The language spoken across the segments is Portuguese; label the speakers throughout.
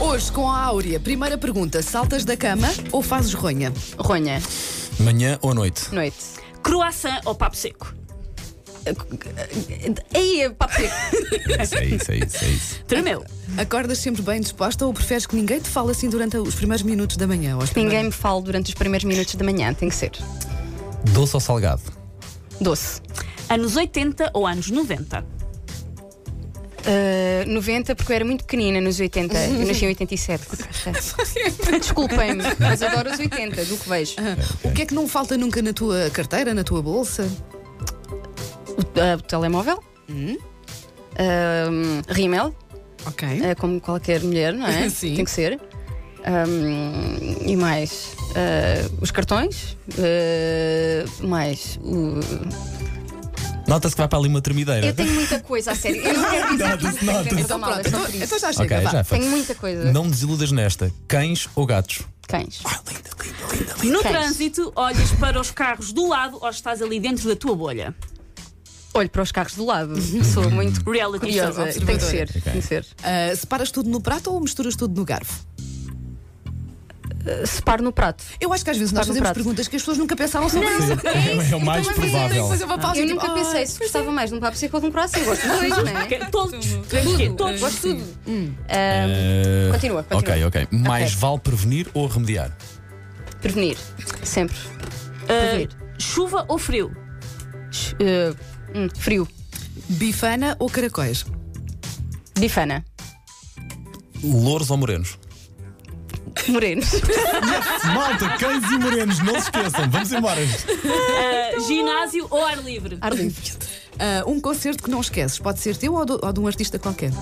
Speaker 1: Hoje, com a Áurea, primeira pergunta: saltas da cama ou fazes ronha?
Speaker 2: Ronha,
Speaker 3: Manhã ou noite?
Speaker 2: noite.
Speaker 4: Croissant ou papo seco?
Speaker 2: Aí, papo seco.
Speaker 3: Isso é isso, é isso, é isso.
Speaker 4: Tremeu.
Speaker 1: Acordas sempre bem disposta ou preferes que ninguém te fale assim durante os primeiros minutos da manhã? Ou as
Speaker 2: Ninguém me fala durante os primeiros minutos da manhã, tem que ser.
Speaker 3: Doce ou salgado?
Speaker 2: Doce.
Speaker 4: Anos 80 ou anos 90?
Speaker 2: Ah, 90, porque eu era muito pequenina nos 80. Eu nasci em 87. portanto. Desculpem-me, mas adoro os 80, do que vejo.
Speaker 1: primeiras- O que é que não falta nunca na tua carteira, na tua bolsa?
Speaker 2: O, ah, o telemóvel. Ah, rímel,
Speaker 1: Ok.
Speaker 2: ah, como qualquer mulher, não é?
Speaker 1: Sim.
Speaker 2: Tem que ser. Ah, e mais ah, os cartões, ah, mais o,
Speaker 3: Nota-se que vai para ali uma
Speaker 2: Eu
Speaker 3: tremideira.
Speaker 2: tenho muita coisa, a sério. Eu não quero dizer que isto é
Speaker 1: Então,
Speaker 2: feito mal, é só
Speaker 1: pronto, então,
Speaker 2: por isso.
Speaker 1: então já chega.
Speaker 3: Ok,
Speaker 1: vá.
Speaker 3: já foi.
Speaker 2: Tenho muita coisa.
Speaker 3: Não me desiludas nesta. Cães ou gatos?
Speaker 2: Cães.
Speaker 3: linda, linda, linda, linda.
Speaker 4: No
Speaker 2: Cães.
Speaker 4: trânsito, olhas para os carros do lado ou estás ali dentro da tua bolha?
Speaker 2: Olho para os carros do lado. Sou muito
Speaker 4: Reality
Speaker 2: curiosa.
Speaker 4: show.
Speaker 2: Tem que ser.
Speaker 3: Hum. Ok.
Speaker 2: Tem que ser.
Speaker 1: Ah, separas tudo no prato ou misturas tudo no garfo?
Speaker 2: Uh, Separo no prato.
Speaker 1: Eu acho que às vezes nós
Speaker 2: Separo no
Speaker 1: fazemos
Speaker 2: prato.
Speaker 1: perguntas que as pessoas nunca pensaram sobre isso.
Speaker 3: É o mais
Speaker 1: Mas ainda tem que
Speaker 3: provável.
Speaker 1: fazer uma pausa,
Speaker 2: Eu
Speaker 1: tipo,
Speaker 2: nunca
Speaker 1: ah,
Speaker 2: pensei se gostava mais de um papo seco ou de um croissant. Eu Gosto dos dois, não é?
Speaker 4: Ok, Todos. Temos que ir,
Speaker 2: Tudo.
Speaker 4: Todos.
Speaker 2: Gosto de tudo. Uh,
Speaker 3: Eh,
Speaker 2: Continua, continua.
Speaker 3: Ok, ok. Mais
Speaker 2: Ok.
Speaker 3: vale prevenir ou remediar?
Speaker 2: Prevenir. Sempre.
Speaker 4: Ah, chuva ou frio?
Speaker 2: Uh, hum, Frio.
Speaker 1: Bifana ou caracóis?
Speaker 2: Difana.
Speaker 3: Louros ou morenos?
Speaker 2: Morenos.
Speaker 3: Malta, cães e morenos, não se esqueçam. Vamos embora.
Speaker 2: Então,
Speaker 4: Ah, ginásio ou ar livre?
Speaker 2: Ar livre.
Speaker 1: Ah, um concerto que não esqueces, pode ser teu ou, do- ou de um artista qualquer?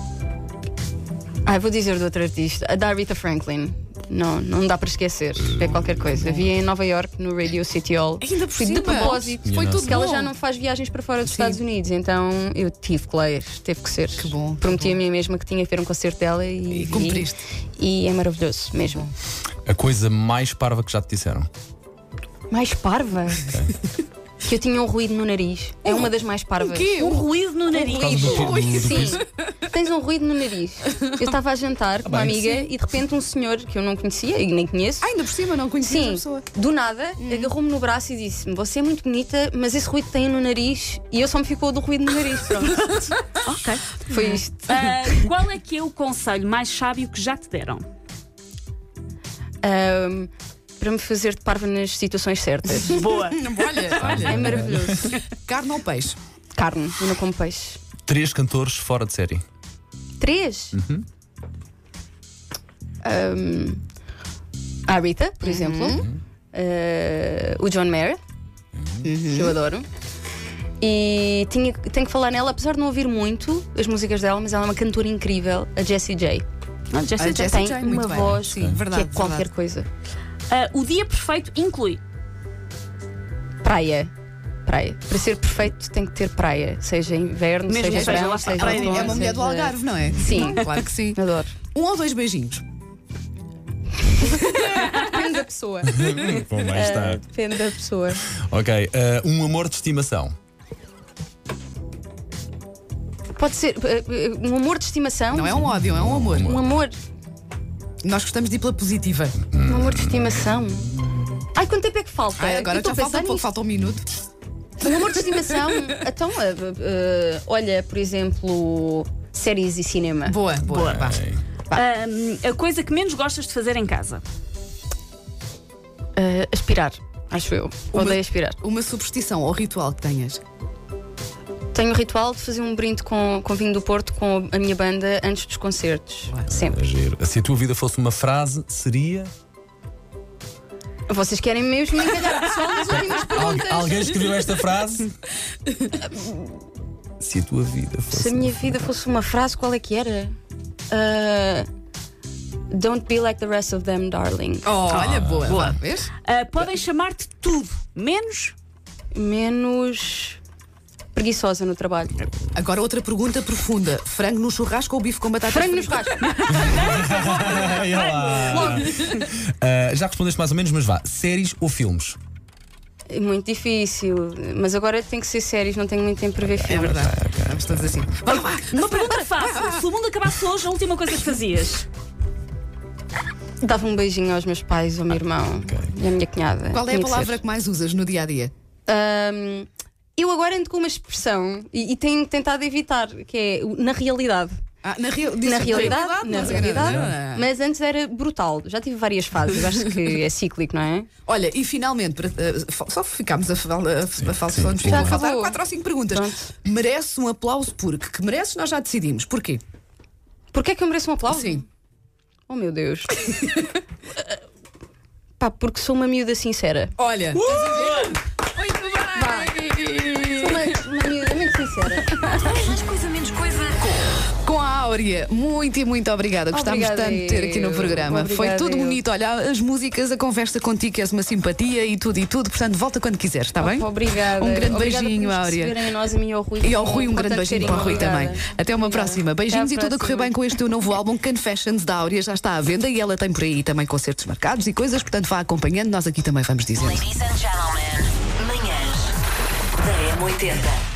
Speaker 2: Ah, vou dizer de outra artista, a da Rita Franklin. Não, não dá para esquecer. É qualquer coisa. Havia em Nova York no Radio City Hall.
Speaker 1: Ainda por
Speaker 2: Fui
Speaker 1: cima.
Speaker 2: de propósito.
Speaker 3: Minha
Speaker 1: Foi tudo
Speaker 3: nossa.
Speaker 2: Porque ela
Speaker 1: bom.
Speaker 2: já não faz viagens para fora dos Estados Unidos, então eu tive que ler, teve que ser.
Speaker 1: Que bom, que
Speaker 2: Prometi
Speaker 1: bom.
Speaker 2: a mim mesma que tinha que ver um concerto dela e,
Speaker 1: E cumpriste.
Speaker 2: E, e é maravilhoso mesmo.
Speaker 3: A coisa mais parva que já te disseram.
Speaker 2: Mais parva. que eu tinha um ruído no nariz. É uma das mais parvas.
Speaker 4: Um ruído no nariz.
Speaker 3: Por causa do pi- do- do
Speaker 2: Sim,
Speaker 3: piso.
Speaker 2: tens um ruído no nariz. Eu estava a jantar com uma
Speaker 3: Ah, bem,
Speaker 2: amiga e de repente um senhor que eu não conhecia e nem conheço
Speaker 1: Ah, ainda por cima, não conhecia a
Speaker 2: Sim,
Speaker 1: pessoa.
Speaker 2: do nada, agarrou-me no braço e disse-me: Você é muito bonita, mas esse ruído que tem no nariz. E eu só me ficou do ruído no nariz. Pronto.
Speaker 4: Ok.
Speaker 2: Foi isto.
Speaker 4: Ah, qual é que é o conselho mais sábio que já te deram?
Speaker 2: Ahm, para me fazer de parva nas situações certas.
Speaker 4: Boa.
Speaker 1: Olha,
Speaker 2: É maravilhoso.
Speaker 1: carne ou peixe?
Speaker 2: Carne, eu não como peixe.
Speaker 3: Três cantores fora de série.
Speaker 2: Três? Ahm, a Rita,
Speaker 1: Uhum.
Speaker 2: por exemplo. Ah, o John Mayer, que eu adoro. E tinha, tenho que falar nela, apesar de não ouvir muito as músicas dela, mas ela é uma cantora incrível, a Jessie J.
Speaker 4: Não, já sei.
Speaker 1: Ah, Jessie
Speaker 2: tem
Speaker 1: J, muito
Speaker 2: uma
Speaker 1: bem.
Speaker 2: voz
Speaker 1: Sim, verdade,
Speaker 2: que é qualquer
Speaker 1: verdade.
Speaker 2: coisa.
Speaker 4: Ah, o dia perfeito inclui.
Speaker 2: Praia. Praia. Para ser perfeito tem que ter praia. Seja inverno,
Speaker 4: Mesmo
Speaker 2: seja
Speaker 4: que seja
Speaker 2: verão,
Speaker 4: lá
Speaker 2: seja
Speaker 4: praia,
Speaker 2: outono,
Speaker 1: É uma mulher do
Speaker 2: seja-
Speaker 1: Algarve, não é?
Speaker 2: Sim.
Speaker 1: Claro que sim.
Speaker 2: Adoro.
Speaker 1: Um ou dois beijinhos?
Speaker 2: Depende da pessoa.
Speaker 3: Bom, mais está.
Speaker 2: Depende da pessoa.
Speaker 3: Ok, eh, um amor de estimação.
Speaker 2: Pode ser eh, eh, um amor de estimação.
Speaker 1: Não é um ódio, é um amor.
Speaker 2: Um amor.
Speaker 1: Nós gostamos de ir pela positiva.
Speaker 2: Um amor de estimação. Ai, quanto tempo é que falta?
Speaker 1: Ai, agora
Speaker 2: Eu estou
Speaker 1: já
Speaker 2: a
Speaker 1: falta
Speaker 2: pensar
Speaker 1: um pouco,
Speaker 2: nisto.
Speaker 1: falta um minuto.
Speaker 2: Um amor de estimação. Então, eh, eh, olha, por exemplo, séries e cinema.
Speaker 1: Boa, boa. vá.
Speaker 4: Ah, a coisa que menos gostas de fazer em casa?
Speaker 2: Eh, aspirar, acho eu. Odeio aspirar.
Speaker 1: Uma superstição ou ritual que tenhas.
Speaker 2: Tenho o ritual de fazer um brinde com, com vinho do Porto com a minha banda antes dos concertos. Sempre.
Speaker 3: Giro. Se a tua vida fosse uma frase, seria.
Speaker 2: Vocês querem mesmo encalhar o pessoal nas últimas
Speaker 3: Al-
Speaker 2: perguntas?
Speaker 3: alguém escreveu esta frase? Se a tua vida fosse.
Speaker 2: Se a minha vida fosse uma frase, qual é que era? Ah, Don't be like the rest of them, darling.
Speaker 1: Oh, olha, boa. Boa. Vês?
Speaker 4: Ah, podem chamar-te tudo, menos
Speaker 2: Menos preguiçosa no trabalho.
Speaker 1: É. Agora outra pergunta profunda. Frango no churrasco ou bife com batata
Speaker 2: Frango nos rasgos.
Speaker 3: Ai, olá. Ah, já respondeste mais ou menos, mas vá. Séries ou filmes?
Speaker 2: É muito difícil. Mas agora tem que ser sérios, não tenho muito tempo para ver
Speaker 1: É
Speaker 2: filmes.
Speaker 1: verdade. Vamos todos assim. Vamos lá.
Speaker 4: Uma pergunta fácil. Se o mundo acabasse hoje, a última coisa que fazias?
Speaker 2: Dava um beijinho aos meus pais,
Speaker 1: Ah,
Speaker 2: ao meu irmão
Speaker 3: ok.
Speaker 2: e à minha cunhada.
Speaker 1: Qual é
Speaker 2: Tinha
Speaker 1: a
Speaker 2: que ser.
Speaker 1: palavra que mais usas no dia a dia?
Speaker 2: Ahm, eu agora ando com uma expressão e, e tenho tentado evitar, que é o- na realidade.
Speaker 1: Ah, na, rea- disse-
Speaker 2: Na realidade, na
Speaker 1: não é? sei,
Speaker 2: realidade,
Speaker 1: não, não, não.
Speaker 2: mas antes era brutal. Já tive várias fases, acho que é cíclico, não é?
Speaker 1: Olha, e finalmente, para- eh, fa- só ficámos a, fal- a, a falsar-nos,
Speaker 3: sim.
Speaker 1: ficam
Speaker 3: Já
Speaker 1: a faltar
Speaker 2: acabou.
Speaker 1: 4 ou 5 perguntas.
Speaker 2: Pronto.
Speaker 1: Merece um aplauso porque que merece, nós já decidimos. Porquê?
Speaker 2: Porquê é que eu mereço um aplauso?
Speaker 1: Sim.
Speaker 2: Oh meu Deus. Pá, porque sou uma miúda sincera.
Speaker 1: Olha,
Speaker 2: Uh! Sou uma, uma miúda muito sincera.
Speaker 5: Mais coisa, menos coisa.
Speaker 1: com a Áurea, muito e muito obrigada. Gostámos
Speaker 2: Obrigada
Speaker 1: tanto de ter aqui no
Speaker 2: eu.
Speaker 1: programa. Foi
Speaker 2: Obrigada
Speaker 1: tudo
Speaker 2: eu.
Speaker 1: bonito. Olha, as músicas, a conversa contigo, és uma simpatia e tudo e tudo. Portanto, volta quando quiseres, está bem?
Speaker 2: Obrigada.
Speaker 1: Um grande
Speaker 2: Obrigada
Speaker 1: beijinho,
Speaker 2: por nos
Speaker 1: Áurea.
Speaker 2: receberem a nós, a mim e ao Rui.
Speaker 1: E ao
Speaker 2: com-
Speaker 1: Rui, um
Speaker 2: com
Speaker 1: grande
Speaker 2: tanto
Speaker 1: beijinho
Speaker 2: carinho.
Speaker 1: para o Rui
Speaker 2: Obrigada.
Speaker 1: também. Até uma
Speaker 2: Obrigada.
Speaker 1: próxima. Beijinhos
Speaker 2: Até à
Speaker 1: e tudo a correr
Speaker 2: próxima.
Speaker 1: bem com este teu novo álbum Confessions da Áurea. Já está à venda e ela tem por aí também concertos marcados e coisas, portanto vá acompanhando. Nós aqui também vamos dizer.
Speaker 5: Ladies and gentlemen, manhãs da M80.